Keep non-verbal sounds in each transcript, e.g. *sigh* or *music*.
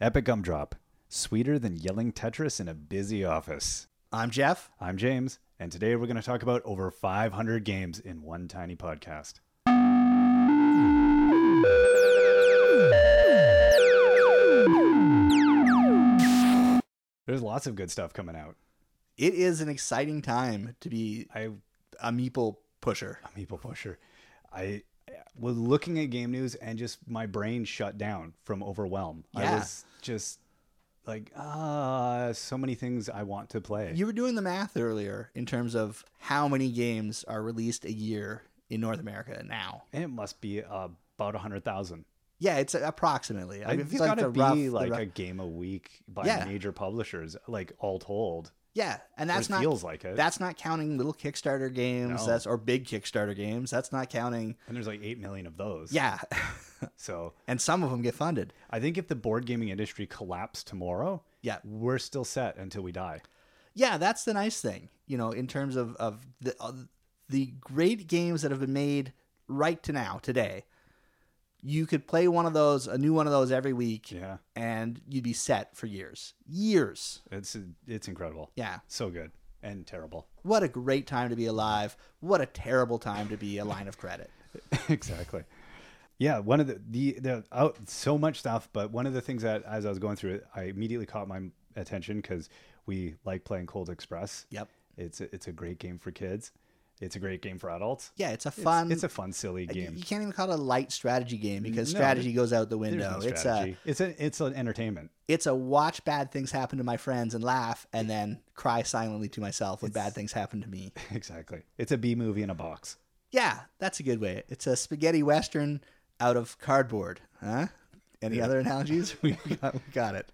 Epic Gumdrop, sweeter than yelling Tetris in a busy office. I'm Jeff. I'm James, and today we're going to talk about over 500 games in one tiny podcast. There's lots of good stuff coming out. It is an exciting time to be I a meeple pusher. I'm people pusher. I was looking at game news and just my brain shut down from overwhelm. I Yeah. was just like, ah, so many things I want to play. You were doing the math earlier in terms of how many games are released a year in North America now. and it must be uh, about a hundred thousand. Yeah, it's approximately. I, mean, It's like got to the be rough- the like rough- a game a week by Yeah. major publishers, like all told. yeah, and Or that's it not feels like it. that's not counting little Kickstarter games. No. That's or big Kickstarter games. That's not counting. and there's like eight million of those. Yeah, *laughs* So and some of them get funded. I think if the board gaming industry collapsed tomorrow, Yeah, we're still set until we die. yeah, that's the nice thing, you know, in terms of of the uh, the great games that have been made right to now today. You could play one of those, a new one of those every week, Yeah. and you'd be set for years, years. It's it's incredible. Yeah, So good and terrible. *laughs* what a great time to be alive. What a terrible time to be a line of credit. exactly. Yeah, one of the the, the out so much stuff, but one of the things that as I was going through it, I immediately caught my attention because we like playing Cold Express. Yep. It's a, it's a great game for kids. It's a great game for adults. Yeah, it's a It's- fun. It's, a fun, silly game. You can't even call it a light strategy game because No, strategy goes out the There's window. no it's uh, a strategy. it's a it's an entertainment. *laughs* it's a watch bad things happen to my friends and laugh, and then cry silently to myself when It's- bad things happen to me. exactly. It's a B movie in a box. Yeah, that's a good way. It's a spaghetti western out of cardboard. Huh? Any other *laughs* analogies? we, got, we got it.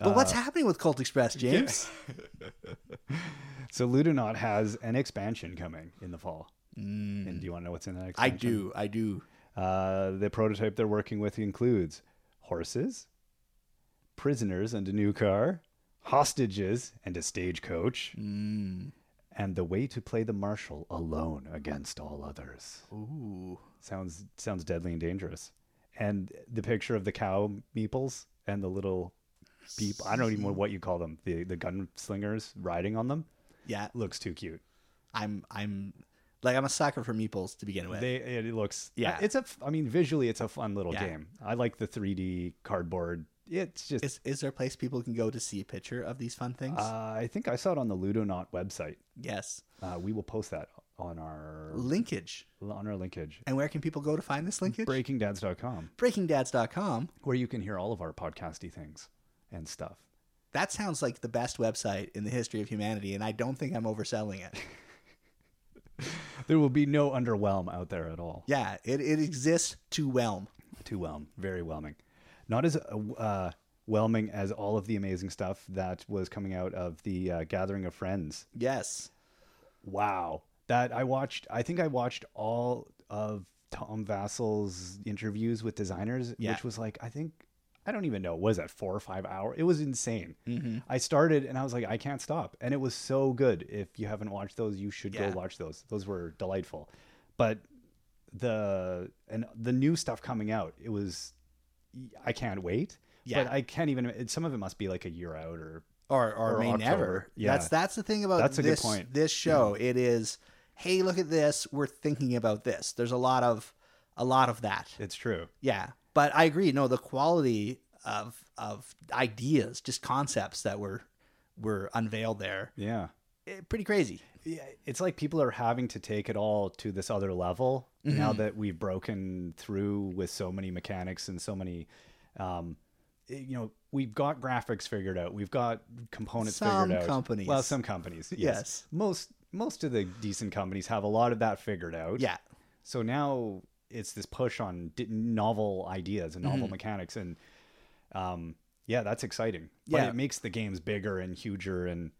Uh, But what's happening with Cult Express, James? *laughs* So Ludonaut has an expansion coming in the fall. Mm, And do you want to know what's in that I expansion? do. I do. Uh, the prototype they're working with includes horses, prisoners and a new car, hostages and a stagecoach, Mm. and the way to play the marshal alone against all others. Ooh. Sounds sounds deadly and dangerous. And the picture of the cow meeples and the little beep I don't even know what you call them, the the gunslingers riding on them Yeah, looks too cute. I'm. I'm. Like I'm a sucker for meeples to begin with. They it looks uh, Yeah. It's a f- I mean visually it's a fun little Yeah. game. I like the 3D cardboard. It's just is is there a place people can go to see a picture of these fun things? Uh, I think I saw it on the Ludonaut website. yes. Uh, we will post that on our Linkage. on our linkage, And where can people go to find this linkage? breakingdads.com, BreakingDads.com. where you can hear all of our podcasty things and stuff. That sounds like the best website in the history of humanity, and I don't think I'm overselling *laughs* it. There will be no underwhelm out there at all. Yeah, it, it exists to whelm. Too whelm, very whelming. Not as uh, uh, whelming as all of the amazing stuff that was coming out of the uh, Gathering of Friends. Yes. Wow, that I watched. I think I watched all of Tom Vassel's interviews with designers, Yeah. which was like I think I don't even know. Was that four or five hour? It was insane. Mm-hmm. I started and I was like, I can't stop. And it was so good. If you haven't watched those, you should Yeah. go watch those. Those were delightful. But the and the new stuff coming out, it was I can't wait. Yeah. But I can't even it, some of it must be like a year out or or or, Or may October. never. Yeah. That's that's the thing about That's a good this point. Mm-hmm. this show. It is, hey, look at this. We're thinking about this. There's a lot of a lot of that. it's true. Yeah, but I agree. No, the quality of of ideas, just concepts that were were unveiled there, Yeah. eh, pretty crazy. Yeah, it's like people are having to take it all to this other level Mm-hmm. now that we've broken through with so many mechanics and so many um it- you know we've got graphics figured out we've got components Some figured out companies. well some companies yes. Yes. most most of the decent companies have a lot of that figured out Yeah, so now it's this push on di- novel ideas and Mm-hmm. novel mechanics and um yeah that's exciting but Yeah. it makes the games bigger and huger and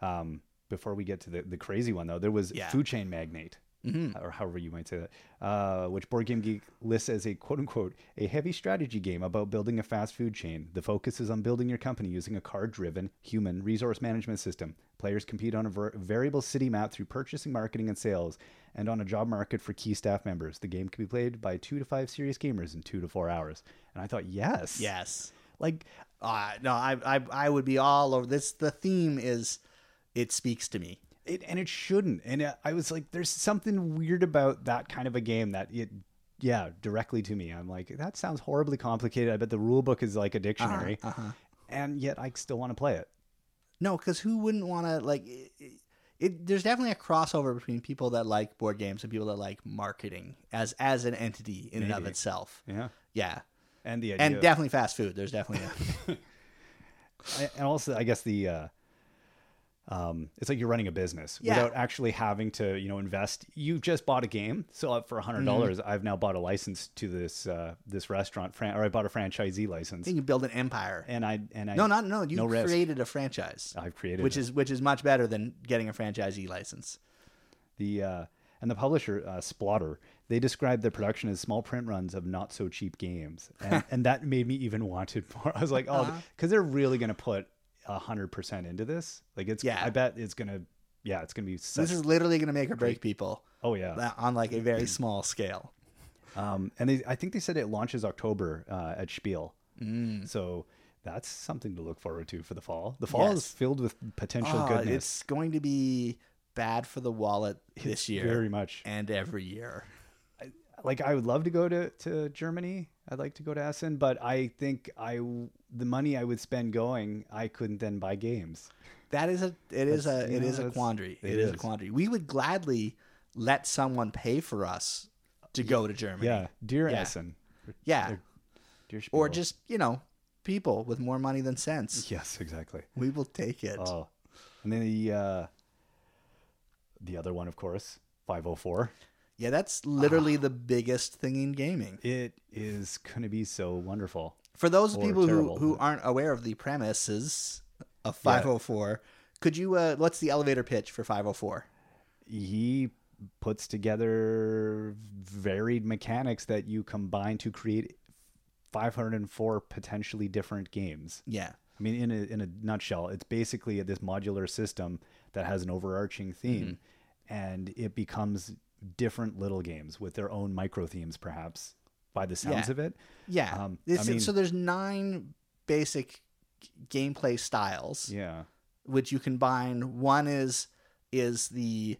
um before we get to the, the crazy one though there was Yeah. food chain magnate Mm-hmm. or however you might say that uh, which board game geek lists as a quote unquote a heavy strategy game about building a fast food chain the focus is on building your company using a card driven human resource management system players compete on a ver- variable city map through purchasing marketing and sales and on a job market for key staff members the game can be played by two to five serious gamers in two to four hours and i thought yes yes. like Uh, no, I, I I would be all over this. The theme is, it speaks to me. it, and it shouldn't. And uh, I was like, there's something weird about that kind of a game that it, yeah, directly to me. I'm like, that sounds horribly complicated. I bet the rule book is like a dictionary, uh-huh. and yet I still want to play it. No, because who wouldn't want to like? It, it, there's definitely a crossover between people that like board games and people that like marketing as as an entity in and of Maybe. itself. Yeah, Yeah, and the idea and of- definitely fast food. There's definitely a, *laughs* I- and also I guess the uh, um, it's like you're running a business Yeah. without actually having to you know invest. You just bought a game, so uh, for a Mm-hmm. hundred dollars, I've now bought a license to this uh, this restaurant, fran- or I bought a franchisee license, you can build an empire. and I and I no, not no. You no risk. created a franchise, I've created which it. is which is much better than getting a franchisee license. the uh, and the publisher uh, Splotter. They described the production as small print runs of not so cheap games, *laughs* and, and that made me even want it more. I was like, Uh-huh. oh, because they're really going to put hundred percent into this. Like it's, Yeah. I bet it's going to, yeah, it's going to be such. This is literally going to make or break people oh yeah, uh, on like *clears throat* a very small scale. Um, and they, I think they said it launches October uh, at Spiel. Mm-hmm. So that's something to look forward to for the fall. The fall is Yes. filled with potential Ah, goodness. it's going to be bad for the wallet this year Very much. and every year. Like I would love to go to, to Germany. I'd like to go to Essen, but I think I w- the money I would spend going, I couldn't then buy games. That is a it is That's- a yeah, it is a that's- quandary. it it is. a is. quandary. We would gladly let someone pay for us to go to Germany. Yeah, dear Yeah. Essen, Yeah. dear Spiel. Or just, you know, people with more money than *laughs* sense. yes, exactly. We will take it. Oh, and then the uh, the other one, of course, five hundred four. yeah, that's literally the biggest thing in gaming. It is going to be so wonderful. For those Or people who, terrible. who aren't aware of the premises of 504, could you uh what's the elevator pitch for 504? he puts together varied mechanics that you combine to create 504 potentially different games. Yeah. I mean, in a, in a nutshell, it's basically this modular system that has an overarching theme, Mm-hmm. and it becomes different little games with their own micro themes, perhaps by the sounds Yeah. of it. Yeah. Um, I This- mean- so there's nine basic g- gameplay styles. Yeah, which you combine. One is is the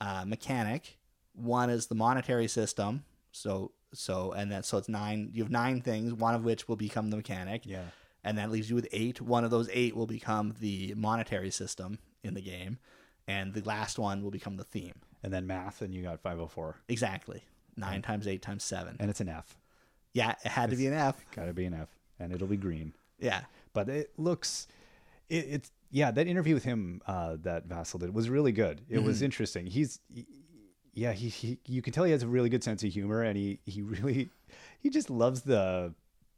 uh, mechanic. One is the monetary system. So so and then so it's nine. You have nine things. One of which will become the mechanic, yeah, and that leaves you with eight. One of those eight will become the monetary system in the game, and the last one will become the theme. and then math, and you got 504, Exactly. Nine times eight times seven. and it's an F. Yeah, it had to be an F. Gotta be an F, and it'll be green. *laughs* Yeah. but it looks it, it's yeah that interview with him uh that vassal did was really good it Mm-hmm. was interesting he's he- yeah he, he you can tell he has a really good sense of humor and he he really he just loves the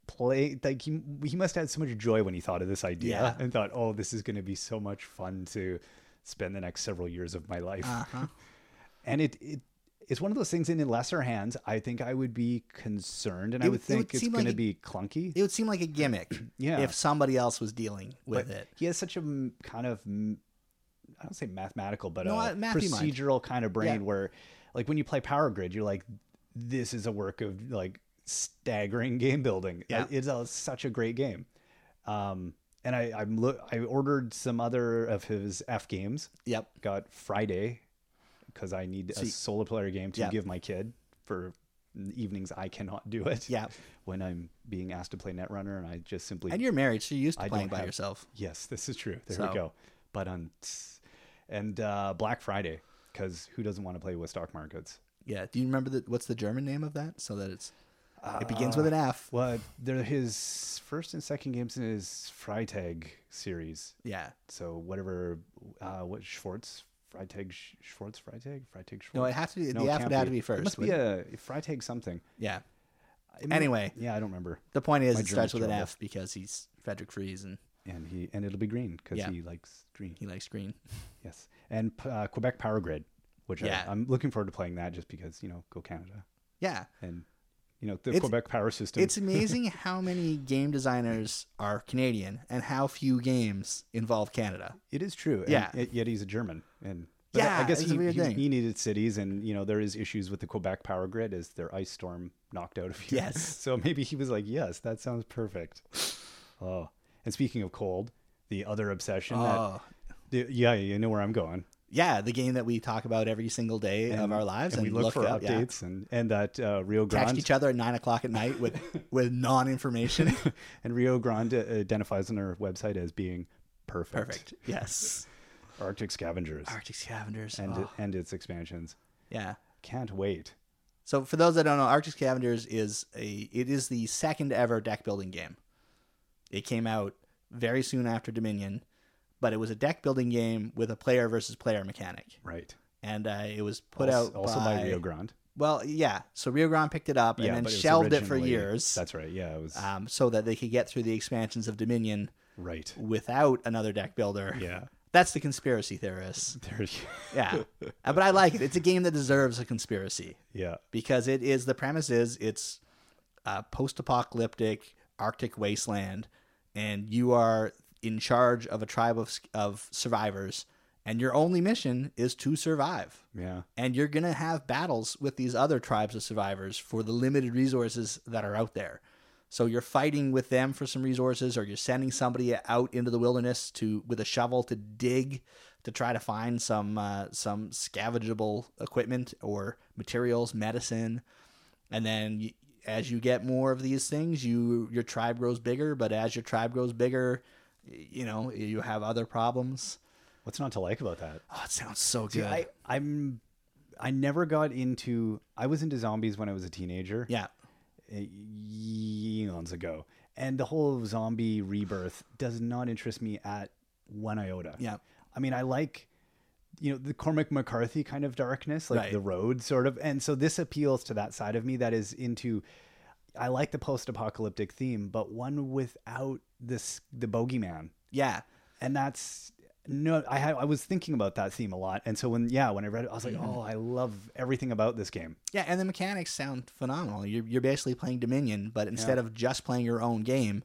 play like he, he must have had so much joy when he thought of this idea Yeah. and thought oh this is going to be so much fun to spend the next several years of my life Uh-huh. and it it it's one of those things in lesser hands i think i would be concerned and It i would- would it would think it's seem going like to it- be clunky It would seem like a gimmick Yeah. if somebody else was dealing with but it. He has such a m- kind of m- I don't say mathematical, but No, I- a mathy mind. procedural kind of brain Yeah. where, like, when you play Power Grid, you're like, this is a work of like staggering *laughs* game building. Yeah. It's a, such a great game. Um, and I I'm look I ordered some other of his F games. Yep. Got Friday because I need a See- solo player game to Yeah. give my kid for evenings I cannot do it. Yeah. When I'm being asked to play Netrunner and I just simply And you're married, so you're used to I playing don't by have- yourself. Yes, this is true. There So- we go. But on and uh, Black Friday because who doesn't want to play with stock markets? Yeah. Do you remember the, what's the German name of that? So that it's it begins with an Uh, F. Well, they're his first and second games in his Freitag series. yeah. So whatever, uh, what Schwartz Freitag Sch- Schwartz Freitag Freitag Schwartz. No, it has to be No, the it F can't would have to be It first. must be wouldn't a Freitag something. it? yeah. It might- Anyway, yeah, I don't remember. the point is My it starts German's with an terrible. F because he's Frederick Fries and And he and it'll be green because Yeah. he likes green. he likes green. *laughs* Yes, and uh, Quebec Power Grid, which Yeah. I, I'm looking forward to playing that just because you know go Canada. Yeah. and you know the It's- Quebec power system. It's amazing *laughs* how many game designers are Canadian and how few games involve Canada. it is true. and Yeah. yet- yet he's a German, and Yeah, I guess it's he, a weird he- thing. he needed cities, and you know there is issues with the Quebec power grid as their ice *laughs* storm knocked out of here. Yes. so maybe he was like, yes, that sounds perfect. Oh, And speaking of cold, the other obsession that Oh, the- yeah, you know where I'm going. yeah, the game that we talk about every single day of our lives, and we look, for up, yeah. updates and and that uh, Rio Text Grande each other at nine o'clock at night *laughs* with with non information. and Rio Grande uh, identifies on her website as being perfect. Perfect. Yes. Arctic scavengers Arctic Scavengers. and oh, and its expansions. yeah. Can't wait. So for those that don't know, Arctic Scavengers is a it is the second ever deck building game. It came out very soon after Dominion, but it was a deck building game with a player versus player mechanic, Right. and uh, it was put also, out also by, by, Rio Grande. Well, yeah. So Rio Grande picked it up Yeah, but and then it Uh, was shelved it for originally- years, That's right. Yeah, it was um, so that they could get through the expansions of Dominion right. without another deck builder. Yeah. *laughs* That's the conspiracy theorists. There. *laughs* Yeah, Uh, but I like it. It's a game that deserves a conspiracy. Yeah. because it is the premise is it's a post-apocalyptic Arctic wasteland, and you are in charge of a tribe of of survivors, and your only mission is to survive. Yeah. And you're gonna have battles with these other tribes of survivors for the limited resources that are out there. So you're fighting with them for some resources, or you're sending somebody out into the wilderness to with a shovel to dig to try to find some uh, some scavengeable equipment or materials, medicine, and then y as you get more of these things, you your tribe grows bigger. But as your tribe grows bigger, y- you know you have other problems. What's not to like about that? Oh, it sounds so good. Dude, I I'm I never got into I was into zombies when I was a teenager. yeah, uh, Eons ago. And the whole zombie rebirth does not interest me at one iota. yeah, I mean, I like you know the Cormac McCarthy kind of darkness, like Right. the road sort of, and so this appeals to that side of me that is into. I like the post-apocalyptic theme, but one without this the bogeyman, yeah. and that's no. I ha- I was thinking about that theme a lot, and so when yeah, when I read it, I was like, Mm-hmm. oh, I love everything about this game. Yeah, and the mechanics sound phenomenal. You're, you're basically playing Dominion, but instead of just playing your own game,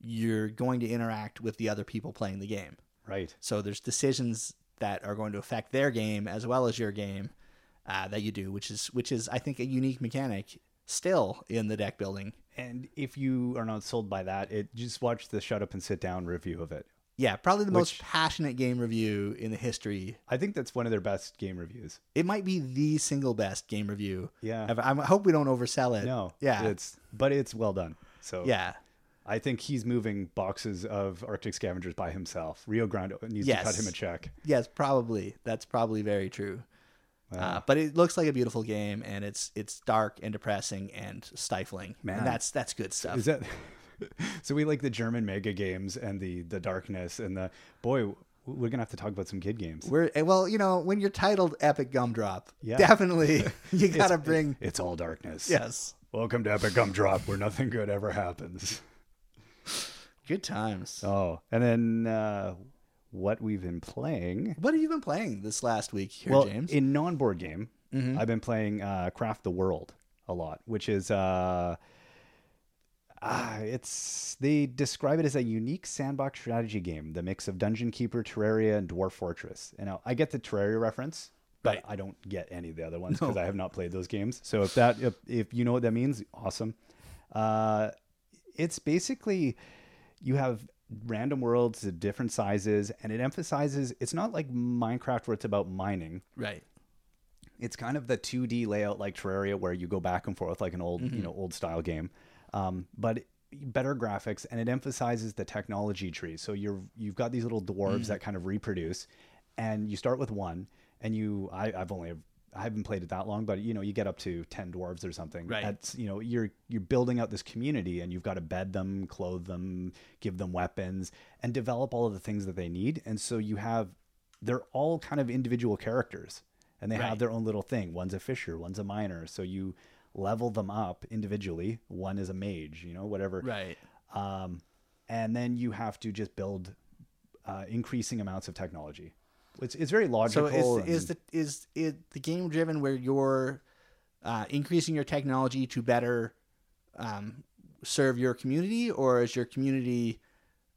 you're going to interact with the other people playing the game. Right. So there's decisions that are going to affect their game as well as your game uh, that you do, which is which is I think a unique mechanic still in the deck building. And if you are not sold by that, it just watch the shut up and sit down review of it. Yeah, probably the most passionate game review in the history. I think that's one of their best game reviews. It might be the single best game review. Yeah. ever. I'm- I hope we don't oversell it. No. Yeah. It's but it's well done. So yeah. I think he's moving boxes of Arctic scavengers by himself. Rio Grande needs Yes. to cut him a check. Yes, probably. That's probably very true. Uh, but it looks like a beautiful game, and it's it's dark and depressing and stifling. Man, Man. that's that's good stuff. Is that *laughs* so? We like the German mega games and the the darkness and the boy. We're gonna have to talk about some kid games. We're eh, well, you know, when you're titled Epic Gumdrop, Yeah. *laughs* definitely *laughs* you gotta bring It's all darkness. yes, Welcome to Epic Gumdrop, where nothing good ever *laughs* happens. good times. Oh, and then uh, what we've been playing. What have you been playing this last week here, well, James? Mm-hmm. in non-board game, I've been playing uh, Craft the World a lot, which is uh, ah, it's they describe it as a unique sandbox strategy game, the mix of Dungeon Keeper, Terraria, and Dwarf Fortress. And now I get the Terraria reference, but Right. I don't get any of the other ones because I have not played those games. So if that if, if you know what that means, awesome. Uh, it's basically you have random worlds of different sizes and it emphasizes it's not like minecraft where it's about mining right. it's kind of the 2D layout like Terraria where you go back and forth like an old, you know, old style game. Um, but better graphics and it emphasizes the technology tree. So you're you've got these little dwarves that kind of reproduce and you start with one and you I, I've only I haven't played it that long, but you know, you get up to ten dwarves or something. Right. That's you know, you're you're building out this community and you've got to bed them, clothe them, give them weapons, and develop all of the things that they need. And so you have they're all kind of individual characters and they Right. have their own little thing. One's a fisher, one's a miner. So you level them up individually. One is a mage, you know, whatever. Right. Um, and then you have to just build uh, increasing amounts of technology. It's, it's very So logical. is and- is the is it the game driven where you're uh, increasing your technology to better um, serve your community, or is your community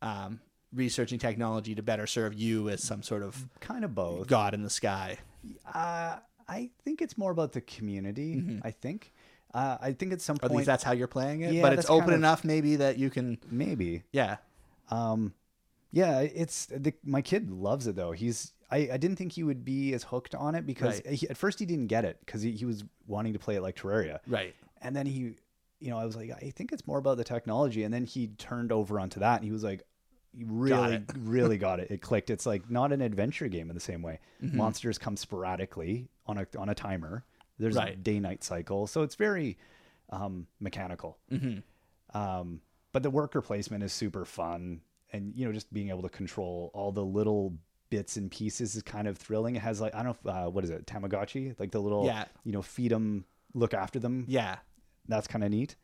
um, researching technology to better serve you as some sort of kind of both? god in the sky? Uh, I think it's more about the community. I think. Uh, I think at some Mm-hmm. Or at least point, that's how you're playing it. Yeah, but it's that's kind open of- enough, maybe that you can. maybe Yeah, Um, yeah, it's the, my kid loves it though. He's I, I didn't think he would be as hooked on it because Right. he, at first he didn't get it because he, he was wanting to play it like Terraria, Right. and then he, you know, I was like, I think it's more about the technology, and then he turned over onto that and he was like, he really, it. *laughs* really got it. It clicked. It's like not an adventure game in the same way. Mm-hmm. Monsters come sporadically on a on a timer. There's a Right. day night cycle, so it's very um, mechanical. Mm-hmm. Um, but the worker placement is super fun, and you know, just being able to control all the little bits and pieces is kind of thrilling. It has like I don't know if, uh, what is it Tamagotchi, like the little Yeah. you know feed them, look after them. Yeah. That's kind of neat.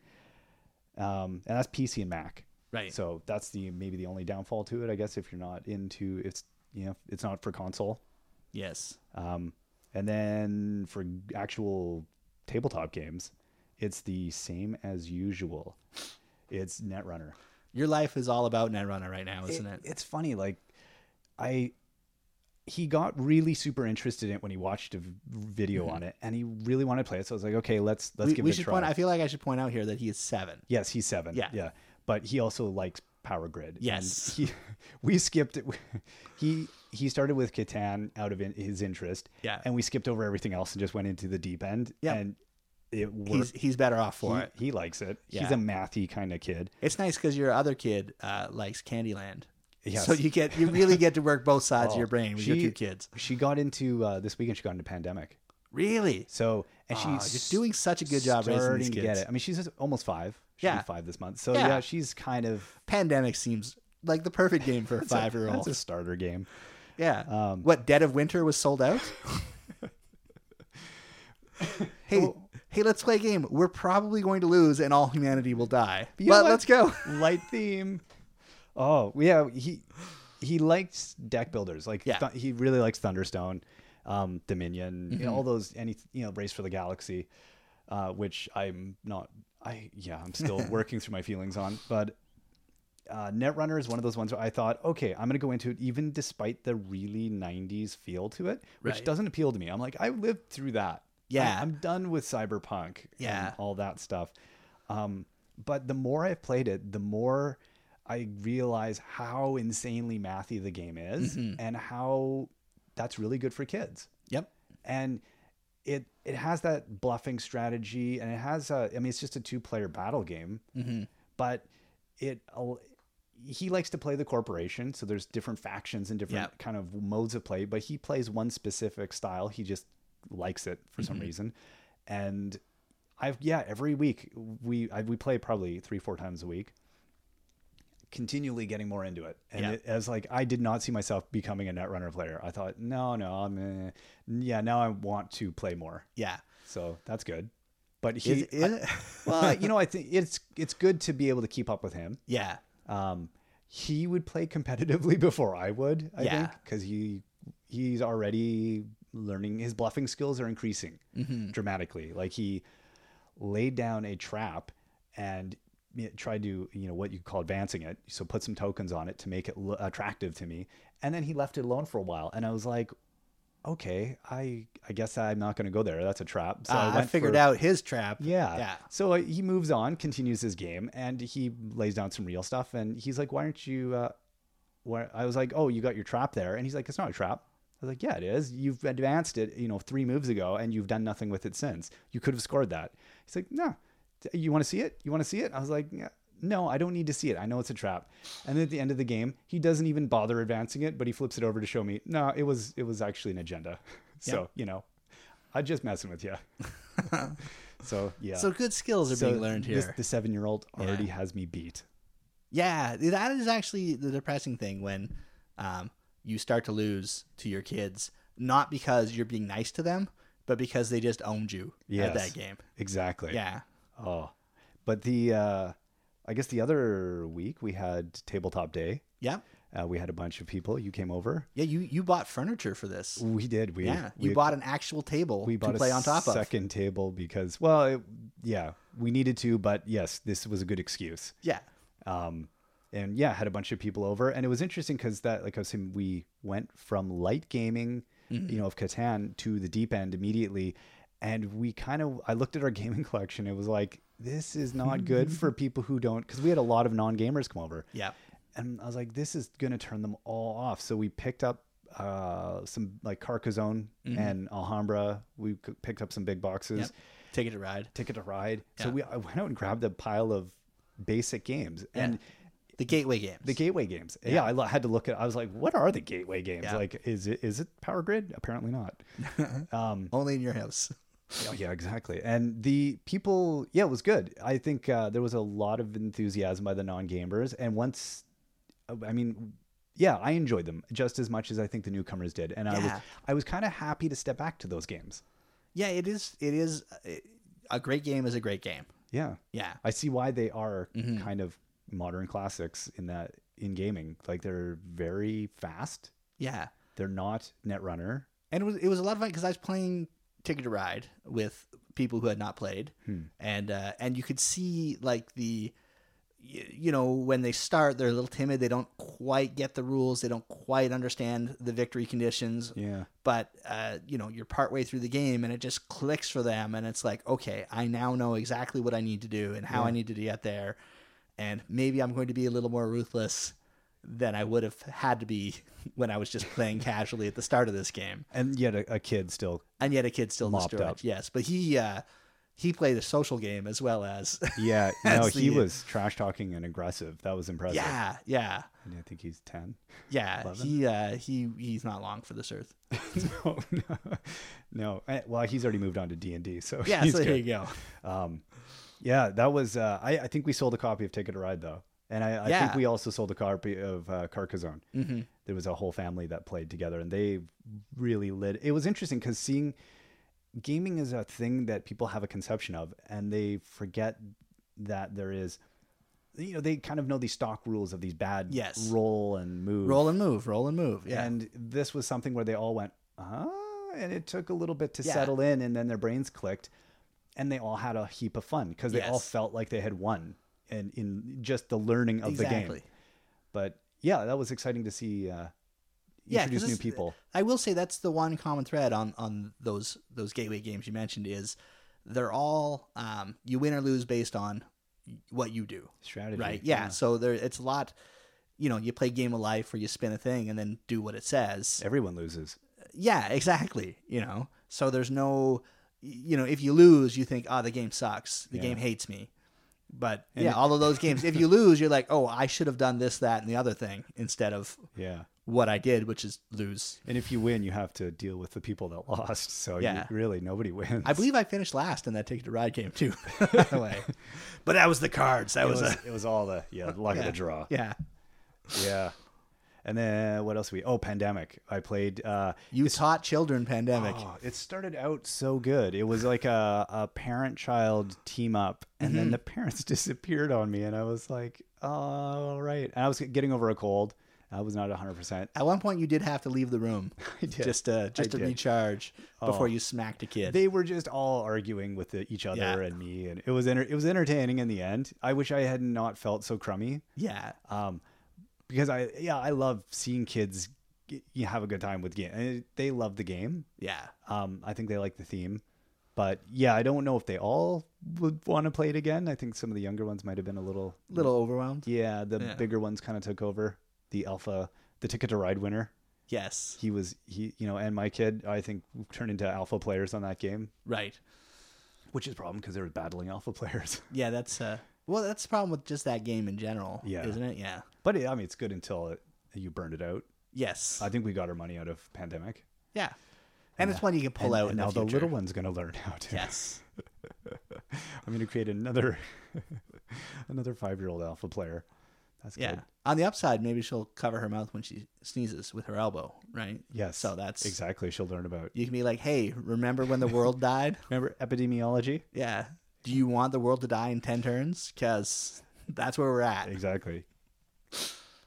Um, and that's PC and Mac. Right. So that's the maybe the only downfall to it, I guess, if you're not into it's you know it's not for console. yes. Um, and then for actual tabletop games, it's the same as usual. It's Netrunner. Your life is all about Netrunner right now, isn't it? It's funny, like I he got really super interested in it when he watched a v- video on it, and he really wanted to play it. So I was like, okay, let's let's Mm-hmm. we give we it a should try. point. I feel like I should point out here that he is seven. Yes, he's seven. Yeah. yeah, but he also likes Power Grid. and Yes. he, *laughs* we skipped *laughs* it. He he started with Catan out of in, his interest. Yeah. and we skipped over everything else and just went into the deep end. Yeah. and it He's worked. he's better off for He, it. he likes it. He's Yeah. a mathy kind of kid. It's nice because your other kid uh, likes Candyland. Yes. So you get you really get to *laughs* work both sides of your Oh, brain with your she- two kids. She got into uh, this weekend. She got into pandemic. Really? So and Ah, she's just doing such a good job raising starting these to kids. get it. I mean, she's just almost five. She'll be Yeah. five this month. So Yeah. yeah, she's kind of Pandemic seems like the perfect game for a five *laughs* year that's old. a um, starter game. Yeah. what Dead of Winter was *laughs* sold out? hey, hey, let's play a game. We're probably going to lose, and all humanity will die. You know but what? *laughs* let's go. Light theme. Oh yeah, he he likes deck builders. Like Yeah. Thu- he really likes Thunderstone, um, Dominion, Mm-hmm. you know, all those any you know Race for the Galaxy, uh, which I'm not. I yeah, I'm *laughs* still working through my feelings on, but. Uh, Netrunner is one of those ones where I thought, okay, I'm going to go into it, even despite the really 90s feel to it, which Right. doesn't appeal to me. I'm like, I lived through that. Yeah. I- I'm done with cyberpunk Yeah. and all that stuff. Um, but the more I've played it, the more I realize how insanely mathy the game is and how that's really good for kids. Mm-hmm. Yep. And it it has that bluffing strategy and it has a, I mean it's just a two player battle game, but it he likes to play the corporation, so there's different factions and different Yep. kind of modes of play, but he plays one specific style. He just likes it for Mm-hmm. some reason. And I've yeah, every week we I, we play probably three four times a week. Continually getting more into it, and Yeah. it, as like I did not see myself becoming a netrunner player. I thought, no, no, I'm eh. yeah. Now I want to play more, Yeah. so that's good. But he, Is, is it? *laughs* well, *laughs* you know, I think it's it's good to be able to keep up with him. yeah. Um, he would play competitively *laughs* before I would, I Yeah. think, because he he's already learning his bluffing skills are increasing mm-hmm. Mm. dramatically. Like he laid down a trap and y- tried to you know what you call advancing it, so put some tokens on it to make it lo- attractive to me, and then he left it alone for a while, and I was like. Okay, I I guess I'm not going to go there. That's a trap. So Ah, I, went figured for- out his trap. yeah. Yeah. So uh, he moves on, continues his game, and he lays down some real stuff. And he's like, "Why aren't you?" Uh, where I was like, "Oh, you got your trap there," and he's like, "It's not a trap." I was like, "Yeah, it is. You've advanced it, you know, three moves ago, and you've done nothing with it since. You could have scored that." He's like, "No, D- you want to see it? You want to see it?" I was like, yeah, "No, I don't need to see it. I know it's a trap." And then at the end of the game, he doesn't even bother advancing it, but he flips it over to show me. No, it was it was actually an agenda. *laughs* so you know, I'm just messing *laughs* with you. so yeah. So good skills are being learned here. This, the seven year old already has me beat. Yeah, that is actually the depressing thing when um, you start to lose to your kids, not because you're being nice to them, but because they just owned you Yes. at that game. Exactly. Yeah. Oh, but the uh, I guess the other week we had tabletop day. Yeah. Uh, we had a bunch of people. You came over. Yeah, you, you bought furniture for this. We did. We Yeah. we, you bought an actual table we bought to play a on top of. second table because well it, yeah we needed to but yes this was a good excuse. Yeah. um, and yeah, had a bunch of people over, and it was interesting because that, like I was saying, we went from light gaming, Mm-hmm. you know, of Catan to the deep end immediately, and we kind of, I looked at our *laughs* gaming *laughs* collection, it was like this is not good for people who don't, because we had a lot of non gamers come over, Yeah. and I was like, this is gonna turn them all off. So we picked up uh, some like Carcassonne and Alhambra. We c- picked up some big boxes, Mm-hmm. Yep. Ticket to Ride. ticket to ride. So Yeah. we I went out and grabbed a pile of basic games and The Gateway Games. the gateway games. Yeah, I lo- had to look at. I was like, what are the gateway games? Yeah. Like, is it is it Power Grid? Apparently *laughs* not. Only in your house. *laughs* Yeah, yeah, exactly. And the people, yeah, it was good. I think uh, there was a lot of enthusiasm by the non gamers. And once, I mean, yeah, I enjoyed them just as much as I think the newcomers did. And I was, Yeah. I was kind of happy to step back to those games. Yeah, it is. It is. uh, It, a great game is a great game. Yeah, Yeah. I see why they are Mm-hmm. kind of modern classics in that in gaming. Like they're very fast. Yeah. They're not Netrunner. and it was it was a lot of fun because I was playing Ticket to Ride with people who had not played, and uh, and you could see like the y- you know when they start they're a little timid they don't quite get the rules they don't quite understand the victory conditions Yeah, but uh, you know you're partway through the game and it just clicks for them and it's like okay i now know exactly what i need to do and how i need to get there and maybe i'm going to be a little more ruthless than i would have had to be *laughs* when i was just playing casually at the start of this game and yet a, a kid still. and yet a kid still Mopped destroyed. up. Yes, but he uh, he played a social game as well *laughs* as *laughs* Yeah, no, That's he the- was trash talking and aggressive. That was impressive. yeah, yeah, And I think he's ten. *laughs* yeah. Eleven? He uh, he he's not long for *laughs* this earth. no, no, no. Eh, Well, he's already moved on to D and D, so Yeah, he's so there good. you go. Um, yeah, that was. Uh, I, I think we sold a copy of Ticket to Ride though, and I, I think Yeah. we also sold a copy of uh, Carcassonne. hmm There was a whole family that played together, and they really lit. It was interesting because seeing gaming is a thing that people have a conception of, and they forget that there is. You know, they kind of know these stock rules of these bad Yes. roll and move Roll and move, roll and move. Yeah, and this was something where they all went, ah, and it took a little bit to Yeah. settle in, and then their brains clicked, and they all had a heap of fun because they all Yes. felt like they had won, and in just the learning of the exactly. game. But yeah, that was exciting to see uh, Yeah, 'cause introduce new it's- people. I will say that's the one common thread on on those those gateway games you mentioned is they're all um, you win or lose based on what you do. Strategy, right yeah. so there it's a lot you know you play game of life where you spin a thing and then do what it says Everyone loses. Yeah, exactly. You know, so there's no, you know, if you lose, you think, oh, the game sucks. The Yeah. game hates me. But And- yeah, all of those *laughs* games, if you lose, you're like, oh, I should have done this, that, and the other thing instead of Yeah. what I did, which is lose. And if you win, you have to deal with the people that *laughs* lost. So you- Yeah. really, nobody wins. I believe I finished last in that Ticket to Ride game too. *laughs* by the *laughs* way. But that was the cards. That it was, was, *laughs* a it was all the yeah luck of Yeah. the draw. yeah. Yeah. And then what else we? Oh, pandemic. I played. uh You taught children pandemic. Oh, it started out so good. It was like a, a parent child team up, and then the parents *laughs* disappeared on me, and I was like, all right. And I was getting over a cold. I was not 100%. At one point, you did have to leave the room *laughs* I did. just to just to did. Oh. recharge before you smacked a kid. They were just all arguing with the, each other Yeah. and me, and it was enter- it was entertaining in the end. I wish I had not felt so crummy yeah, um, because I yeah I love seeing kids get, you have a good time with game. and They love the game. yeah. Um, I think they like the theme, but yeah, I don't know if they all would want to play it again. I think some of the younger ones might have been a little, little overwhelmed. yeah. The Yeah. bigger ones kind of took over. The alpha, the ticket to ride winner. Yes. He was he, you know, and my kid, I think, turned into alpha players on that game, Right. which is a problem because they were battling alpha players. *laughs* Yeah, that's uh well, that's the problem with just that game in general, Yeah. isn't it? Yeah. but I mean, it's good until it, you burned it out. Yes. I think we got our money out of pandemic. yeah. And it's one you can pull And- out and in now the, the future. little one's going to learn how to. *laughs* *laughs* Yes. I'm going to create another, *laughs* another five year old alpha player. That's Yeah. good. On the upside, maybe she'll cover her mouth when she sneezes with her elbow, right? Yes. So that's Exactly. She'll learn *laughs* about. you can be like, "Hey, remember when *laughs* the world died? Remember epidemiology? Yeah. Do you want the world to die in 10 turns? Cuz that's where we're at." Exactly.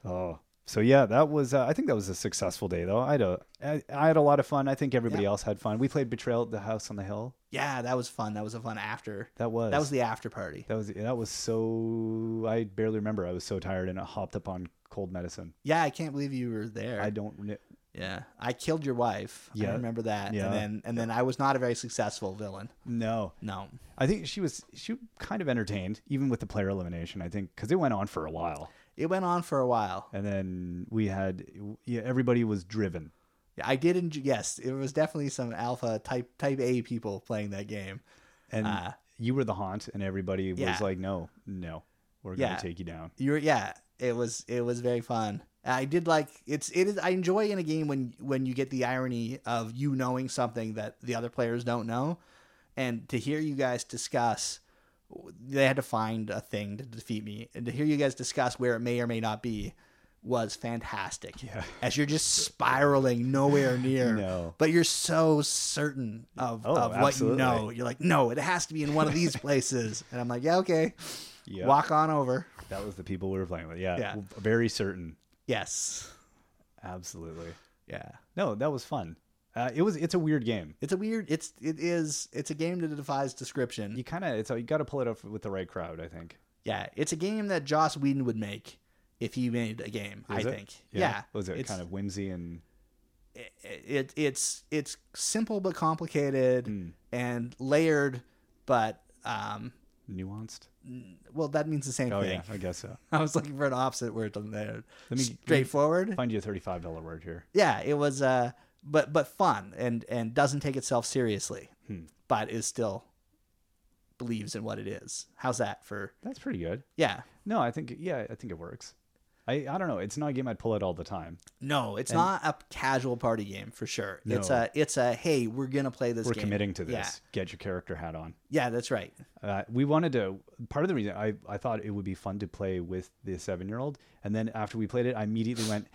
Oh, so yeah, that was. Uh, I think that was a successful day, though. I had a, I, I had a lot of fun. I think everybody Yeah. else had fun. We played Betrayal at the House on the Hill. Yeah, that was fun. That was a fun after. That was That was the after party. that was that was so. I barely remember. I was so tired and I hopped up on cold medicine. Yeah, I can't believe you were there. I don't. kn- Yeah, I killed your wife. Yeah. I remember that. Yeah. And then and then I was not a very successful villain. No, No. I think she was she kind of entertained even with the player elimination. I think because it went on for a while. It went on for a while. and then we had yeah, everybody was driven. Yeah, I did. Enjoy, yes, it was definitely some alpha type type A people playing that game. And Ah. you were the haunt, and everybody Yeah. was like, "No, no, we're Yeah. gonna take you down." You're yeah. It was it was very fun. I did like it's it is I enjoy in a game when when you get the irony of you knowing something that the other players don't know, and to hear you guys discuss. They had to find a thing to defeat me, and to hear you guys discuss where it may or may not be was fantastic. Yeah. as you're just spiraling nowhere near. *laughs* No. But you're so certain of, Oh, of what absolutely. you know. You're like, no, it has to be in one of these places. And I'm like, yeah, okay. Yeah, Walk on over. that was the people we were playing with. Yeah, Yeah. very certain. Yes. Absolutely. Yeah. No, that was fun. Uh, it was. It's a weird game. It's a weird it's it is it's a game that defies description. You kind of. It's you got to pull it up with the right crowd. I think. Yeah. It's a game that Joss Whedon would make if he made a game, I Is it? think. Yeah. Was it It's- kind of whimsy and it, it it's it's simple but complicated Hmm. and layered but um nuanced? well that means the same Oh thing. yeah, I guess so. *laughs* I was looking for an opposite word on there. Let me- Straightforward. Find you a thirty-five dollar word here. Yeah, it was uh but but fun and and doesn't take itself seriously, Hmm. but is still believes in what it is. How's that for That's pretty good. yeah. No, I think yeah, I think it works. I I don't know. It's not a game I'd pull out all the time. No, it's not a casual party game for sure. It's No. a it's a hey, we're gonna play this We're game. committing to this. Yeah. Get your character hat on. Yeah, that's right. Uh, we wanted to. Part of the reason I, I thought it would be fun to play with the seven year old, and then after we played it, I immediately went,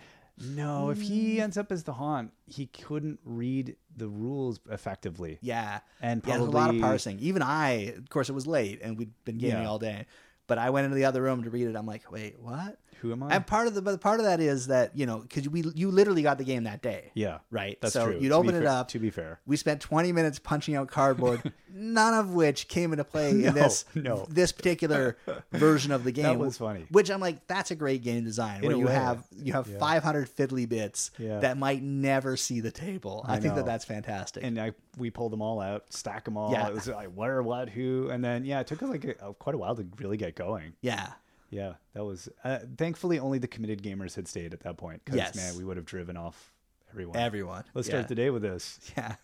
"No, if Mm. he ends up as the haunt, he couldn't read the rules effectively." Yeah. And Yeah, there's a lot of probably- parsing. Even I, of course, it was late and we'd been gaming Yeah. all day. But I went into the other room to read it. I'm like, wait, what? Who am I? And part of the but part of that is that you know because we you literally got the game that day. yeah, right? That's so true. you'd To be open it fair- up. To be fair, We spent 20 minutes punching *laughs* out cardboard, none of which came into play No, in this no. this particular version of the game. was funny. Which I'm like, that's a great game design where a you way. have you have 500 fiddly bits Yeah. that might never see the table. I, think know. that that's fantastic. and I we pulled them all out, stack them all. Yeah. It was like where, what, who, and then yeah, it took us like a, quite a while to really get going. yeah, Yeah, that was uh, thankfully only the committed gamers had stayed at that point because Yes. man, we would have driven off everyone. everyone. Let's yeah. start the day with this. yeah.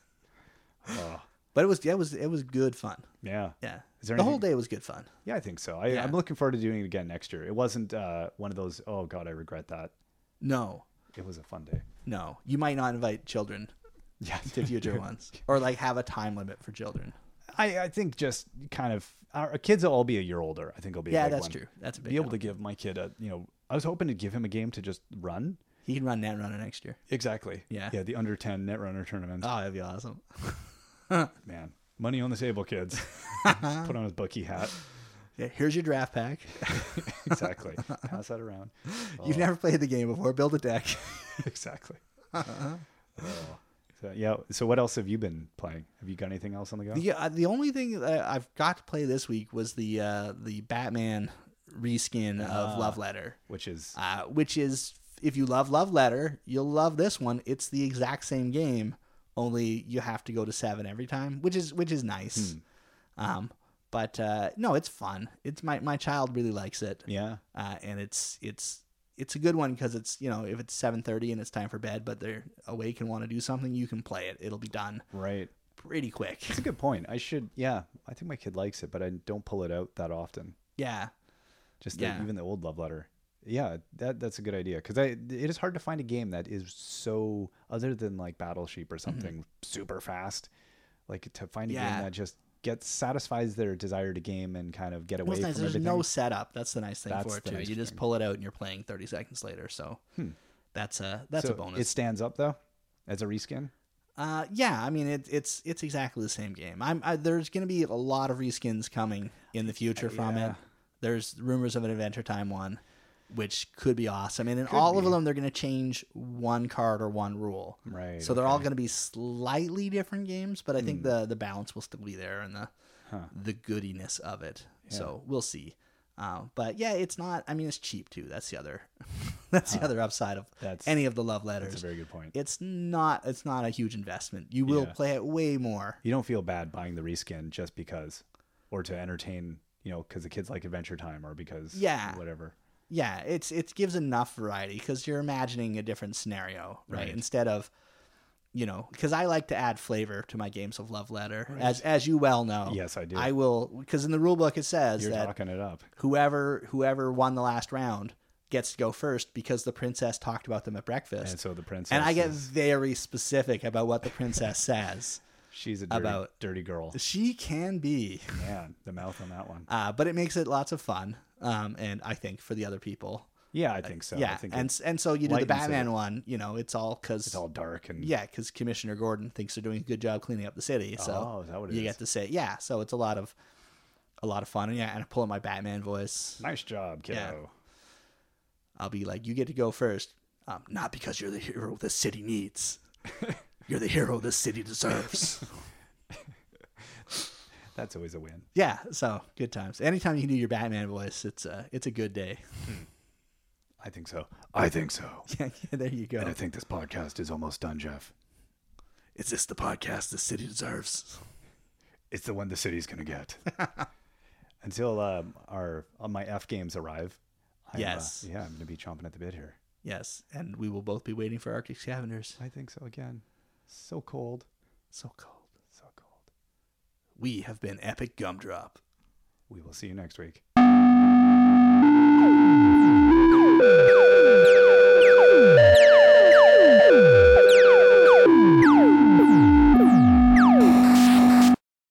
Oh, But it was it was it was good fun. yeah. Yeah, Is there the whole anything- day was good fun. Yeah, I think so. I, Yeah. I'm looking forward to doing it again next year. It wasn't uh, one of those, oh God, I regret that. No, It was a fun day. no, you might not invite children *laughs* Yeah. to future ones, or like have a time limit for children. *laughs* I, I think just kind of, our our kids will all be a year older. I think it'll be a Yeah, big that's one. true. That's a big Be able help. to give my kid a, you know, I was hoping to give him a game to just run. He can run Netrunner next year. Exactly. Yeah. Yeah, Uh. the under 10 Netrunner tournament. Oh, that'd be awesome. Man, money on the table, *laughs* kids. Just put on his bucky *laughs* hat. *laughs* Yeah, here's your draft pack. *laughs* Exactly. Pass that around. You've never played the game before. Build a *laughs* deck. exactly. *laughs* Oh. So, yeah. So what else have you been playing? Have you got anything else on the go? the, uh, the only thing that I've got to play this week was the uh, the Batman reskin of Love Letter, Which is uh, which is if you love Love Letter, you'll love this one. It's the exact same game, only you have to go to seven every time, which is which is nice. Um, but uh, no, it's fun. It's my my child really likes it. yeah. uh, and it's it's it's a good one because it's you know if it's seven thirty and it's time for bed, but they're awake and want to do something, you can play it. It'll be done Right. pretty quick. *laughs* It's a good point. I should yeah. I think my kid likes it, but I don't pull it out that often. Yeah, Just the, Yeah. even the old love letter. Yeah, that that's a good idea because I it is hard to find a game that is so other than like Battleship Mm-hmm. or something super fast. Like to find a Yeah. game that just gets satisfies their desire to game and kind of get Well, away it's from nice. There's everything. no setup. That's the nice thing That's for it the too. nice you just thing. Hmm. pull it out and you're playing thirty seconds later. So that's a that's So a bonus. It stands up though as a reskin. uh, yeah, I mean it, it's it's exactly the same game. I'm I, there's going to be a lot of reskins coming in the future from it. Yeah. There's rumors of an Adventure Time one, which could be awesome. And in all be. of them, they're going to change one card or one rule. Right. Hmm. So they're all going to be slightly different games, but I think the the balance will still be there and the the goodiness of it. So we'll see. Um, but yeah, it's not. I mean, it's cheap too. That's the other. *laughs* that's the other upside of That's- any of the love That's letters. a very good point. it's not. It's not a huge investment. You will Yeah. play it way more. you don't feel bad buying the reskin just because, or to entertain, you know, because the kids like Adventure Time or because Yeah. whatever. yeah, it's it gives enough variety because you're imagining a different scenario, right? Right. Instead of, you know, because I like to add flavor to my games of love letter, as as you well know. Yes, I do. I will because in the rule book it says You're that talking it up. whoever whoever won the last round gets to go first because the princess talked about them at breakfast. And so the princess. and I get is- very specific about what the *laughs* princess says. she's a dirty, about- dirty *laughs* girl. She can be, Man, the mouth on that one. uh, but it makes it lots of fun. Um, and I think for the other people, Yeah, I think so. I yeah. think And it's, s- and so you do the lightens Batman one, you know, it's all it's because all dark and yeah, because Commissioner Gordon thinks they're doing a good job cleaning up the city. So Oh, is that what it you is? get to say yeah. So it's a lot of a lot of fun. And yeah, and I pull out my Batman voice. Nice job, kiddo. I'll be like, you get to go first. Um, not because you're the hero the *laughs* city needs. you're the hero the city deserves. That's always a win. yeah, so good times. Anytime you can do your Batman voice, it's a it's a good day. *laughs* I think so. I think so. yeah, there you And I go. think this podcast is almost done, Jeff. Is this the podcast the city deserves? It's the one the city's gonna *laughs* get. Until um, our uh, my F games arrive. I'm, uh, Yes. yeah, I'm gonna be chomping at the bit here. Yes, and we will both be waiting for Arctic Scavengers. I think so again. So cold. So cold. So cold. We have been Epic Gumdrop. We will see you next week.